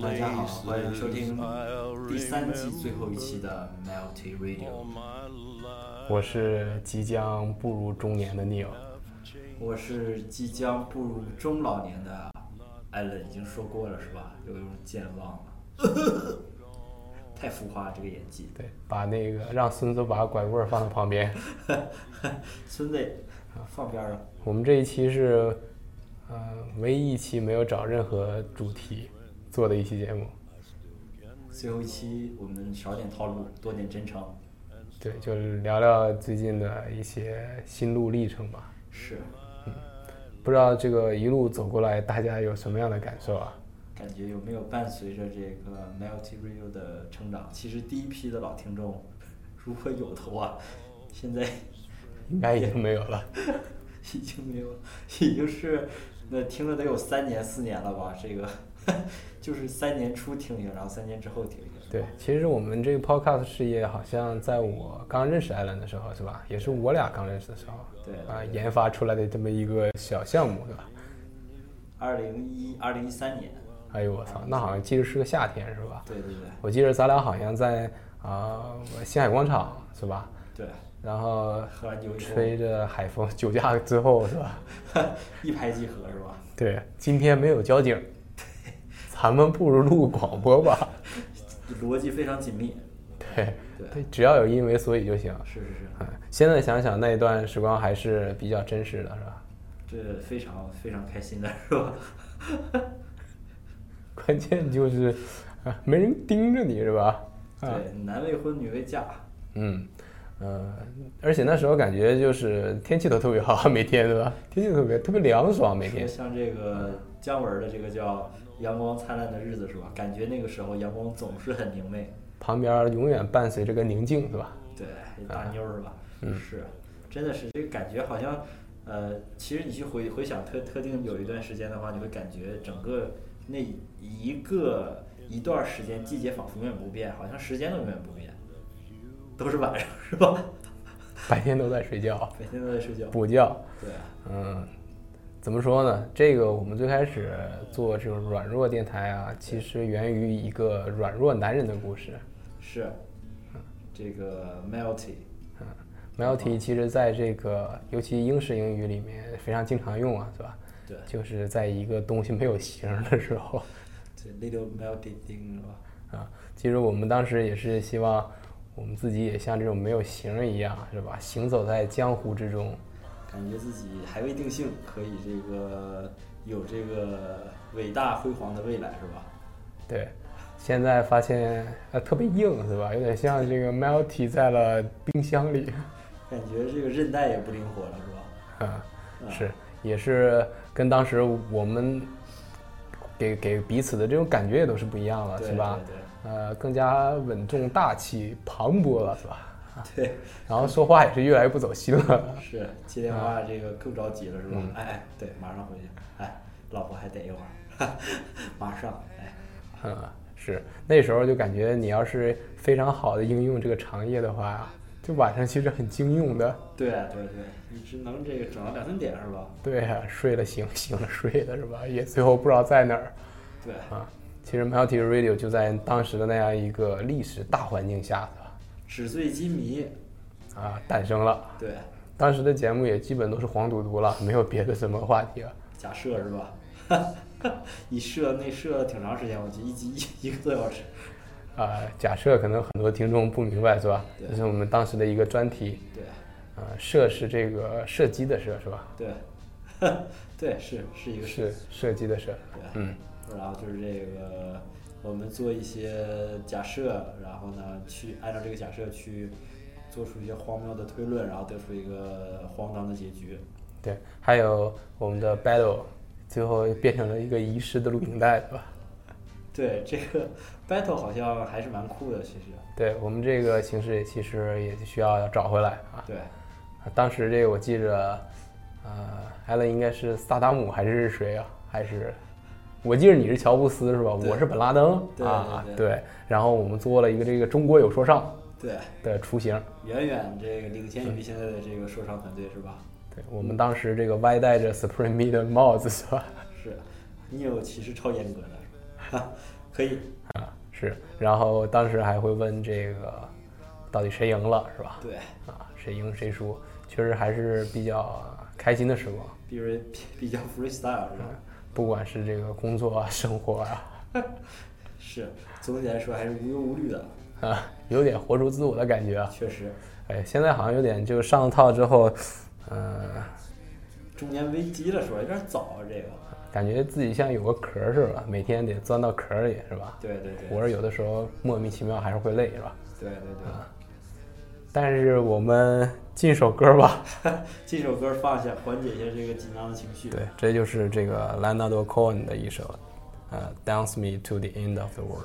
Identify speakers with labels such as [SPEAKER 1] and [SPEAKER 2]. [SPEAKER 1] 大家好，欢迎收听第三季最后一期的 Melty Radio。
[SPEAKER 2] 我是即将步入中年的 Neil。
[SPEAKER 1] 我是即将步入中老年的艾伦，已经说过了是吧？有一种健忘了， 太浮夸这个演技。
[SPEAKER 2] 对，把那个让孙子把拐棍儿放在旁边。
[SPEAKER 1] 孙子，放边儿了。
[SPEAKER 2] 我们这一期是，呃，唯一一期没有找任何主题做的一期节目。
[SPEAKER 1] 最后一期我们少点套路，多点真诚。
[SPEAKER 2] 对，就是聊聊最近的一些心路历程吧。
[SPEAKER 1] 是，
[SPEAKER 2] 不知道这个一路走过来，大家有什么样的感受啊？
[SPEAKER 1] 感觉有没有伴随着这个 Melty Radio 的成长？其实第一批的老听众， 如果有的话，现在
[SPEAKER 2] 应该已经没有了。
[SPEAKER 1] 已经没有，已经是那听了得有三年四年了吧？这个 就是三年初听一下，然后三年之后听一下。
[SPEAKER 2] 对，其实我们这个 podcast 事业好像在我刚认识艾伦的时候，是吧？也是我俩刚认识的时候，
[SPEAKER 1] 对
[SPEAKER 2] 啊、研发出来的这么一个小项目，是吧？
[SPEAKER 1] 二零一二零一三年，
[SPEAKER 2] 哎呦我操，那好像记得是个夏天，是吧？
[SPEAKER 1] 对对对
[SPEAKER 2] 我记得咱俩好像在啊、星海广场，是吧？
[SPEAKER 1] 对，
[SPEAKER 2] 然后
[SPEAKER 1] 喝完酒之后
[SPEAKER 2] 吹着海风，酒驾之后，是吧？
[SPEAKER 1] 一拍即合是吧？
[SPEAKER 2] 对，今天没有交 警，咱们不如录广播吧。
[SPEAKER 1] 逻辑非常紧密，
[SPEAKER 2] 对，
[SPEAKER 1] 对
[SPEAKER 2] 对，只要有因为所以就行。
[SPEAKER 1] 是是是，
[SPEAKER 2] 嗯，现在想想那一段时光还是比较真实的，是吧？
[SPEAKER 1] 这非常非常开心的是吧？
[SPEAKER 2] 关键就是，啊，没人盯着你是吧？啊，
[SPEAKER 1] 对，男未婚女未嫁，
[SPEAKER 2] 嗯，呃，而且那时候感觉就是天气都特别好， 每天对吧？天气特别特别凉爽，每
[SPEAKER 1] 说
[SPEAKER 2] 天。
[SPEAKER 1] 像这个姜文的这个叫《阳光灿烂的日子》是吧？感觉那个时候阳光总是很明媚。
[SPEAKER 2] 旁边永远伴随着个宁静，是吧？
[SPEAKER 1] 对，大妞儿吧，是，真的是这个感觉好像，呃，其实你去回回想特特定有一段时间的话，你会感觉整个那一个一段时间季节仿佛永远不变，好像时间都永远不变，都是晚上是吧？
[SPEAKER 2] 白天都在睡觉
[SPEAKER 1] 每天都在睡觉。
[SPEAKER 2] 补觉。
[SPEAKER 1] 对，
[SPEAKER 2] 嗯，怎么说呢？这个我们最开始做这种软弱电台啊，其实源于一个软弱男人的故事。
[SPEAKER 1] 是，这个 Melty，
[SPEAKER 2] 嗯，Melty 其实在这个尤其英式英语里面非常经常用啊，是吧？
[SPEAKER 1] 对
[SPEAKER 2] 就是在一个东西没有形儿的时候
[SPEAKER 1] 这 Little Melty Thing 是吧？
[SPEAKER 2] 啊，其实我们当时也是希望我们自己也像这种没有形儿一样，是吧？行走在江湖之中。
[SPEAKER 1] 感觉自己还未定性，可以这个有这个伟大辉煌的未来是吧？
[SPEAKER 2] 对，现在发现呃特别硬，是吧？有点像这个 Melty 在了冰箱里
[SPEAKER 1] 感觉这个韧带也不灵活了，是吧？
[SPEAKER 2] 啊，
[SPEAKER 1] 啊
[SPEAKER 2] 是也是跟当时我们给给彼此的这种感觉也都是不一样了，
[SPEAKER 1] 对
[SPEAKER 2] 是吧？
[SPEAKER 1] 对对
[SPEAKER 2] 呃，更加稳重大气、磅礴了，是吧？
[SPEAKER 1] 对，
[SPEAKER 2] 然后说话也是越来越不走心了。
[SPEAKER 1] 是接电话这个更着急了，是吧？哎哎，对，马上回去，哎，老婆还等一会儿， 马上，哎，
[SPEAKER 2] 嗯，是那时候就感觉你要是非常好的应用这个长夜的话，就晚上其实很经用的。
[SPEAKER 1] 对啊对对，你只能这个整到两三点是吧？
[SPEAKER 2] 对啊，睡了醒，醒了睡的是吧？也最后不知道在哪儿
[SPEAKER 1] 对，
[SPEAKER 2] 啊。其实 Melty Radio 就在当时的那样一个历史大环境下，
[SPEAKER 1] 纸醉金迷，
[SPEAKER 2] 是吧？啊，诞生了。
[SPEAKER 1] 对，
[SPEAKER 2] 当时的节目也基本都是黄赌毒了，没有别的什么话题了。
[SPEAKER 1] 假设是吧？ 你设内设了挺长时间，我记得一集一一个多小时。
[SPEAKER 2] 啊、假设可能很多听众不明白是吧？
[SPEAKER 1] 对
[SPEAKER 2] 这是我们当时的一个专题，
[SPEAKER 1] 对
[SPEAKER 2] 啊、射是这个射击的射是吧？
[SPEAKER 1] 对， 对是是一个事。
[SPEAKER 2] 是射击的射，
[SPEAKER 1] 对，
[SPEAKER 2] 嗯，
[SPEAKER 1] 然后就是这个，我们做一些假设，然后呢，去按照这个假设去做出一些荒谬的推论，然后得出一个荒唐的结局。
[SPEAKER 2] 对。还有我们的 battle，最后变成了一个遗失的录影带是吧？
[SPEAKER 1] 对，这个 battle 好像还是蛮酷的，其实。
[SPEAKER 2] 对我们这个形式也其实也需要找回来啊。
[SPEAKER 1] 对，
[SPEAKER 2] 啊当时这个我记着，呃，艾伦应该是萨达姆还是谁啊？还是我记着你是乔布斯是吧？
[SPEAKER 1] 对
[SPEAKER 2] 我是本拉登
[SPEAKER 1] 对
[SPEAKER 2] 啊，
[SPEAKER 1] 对对
[SPEAKER 2] 对。然后我们做了一个这个中国有说唱
[SPEAKER 1] 对，
[SPEAKER 2] 的雏形。
[SPEAKER 1] 远远这个领先于现在的这个说唱团队是吧？
[SPEAKER 2] 对我们当时这个歪戴着 Supreme 的帽子是吧？
[SPEAKER 1] 是，你有其实超严格的， 可以，
[SPEAKER 2] 啊，是。然后当时还会问这个到底谁赢了，是吧？
[SPEAKER 1] 对，
[SPEAKER 2] 啊，谁赢谁输，确实还是比较开心的时光。
[SPEAKER 1] 比如比较 freestyle 是吧？
[SPEAKER 2] 不管是这个工作啊、生活啊，
[SPEAKER 1] 是，总体来说还是无忧无虑的，
[SPEAKER 2] 啊，有点活出自我的感觉啊。
[SPEAKER 1] 确实。
[SPEAKER 2] 哎，现在好像有点就上了套之后，呃，
[SPEAKER 1] 中年危机了是吧？有点早啊，这个。
[SPEAKER 2] 感觉自己像有个壳儿似的，每天得钻到壳儿里，是吧？
[SPEAKER 1] 对对对，
[SPEAKER 2] 活着有的时候莫名其妙还是会累，是吧？
[SPEAKER 1] 对对对。
[SPEAKER 2] 但是我们进首歌吧。
[SPEAKER 1] 这首歌放下，缓解一下这个紧张的情绪。
[SPEAKER 2] 对，这就是这个 Leonard Cohen 的一首，呃，《Dance Me to the End of the World》。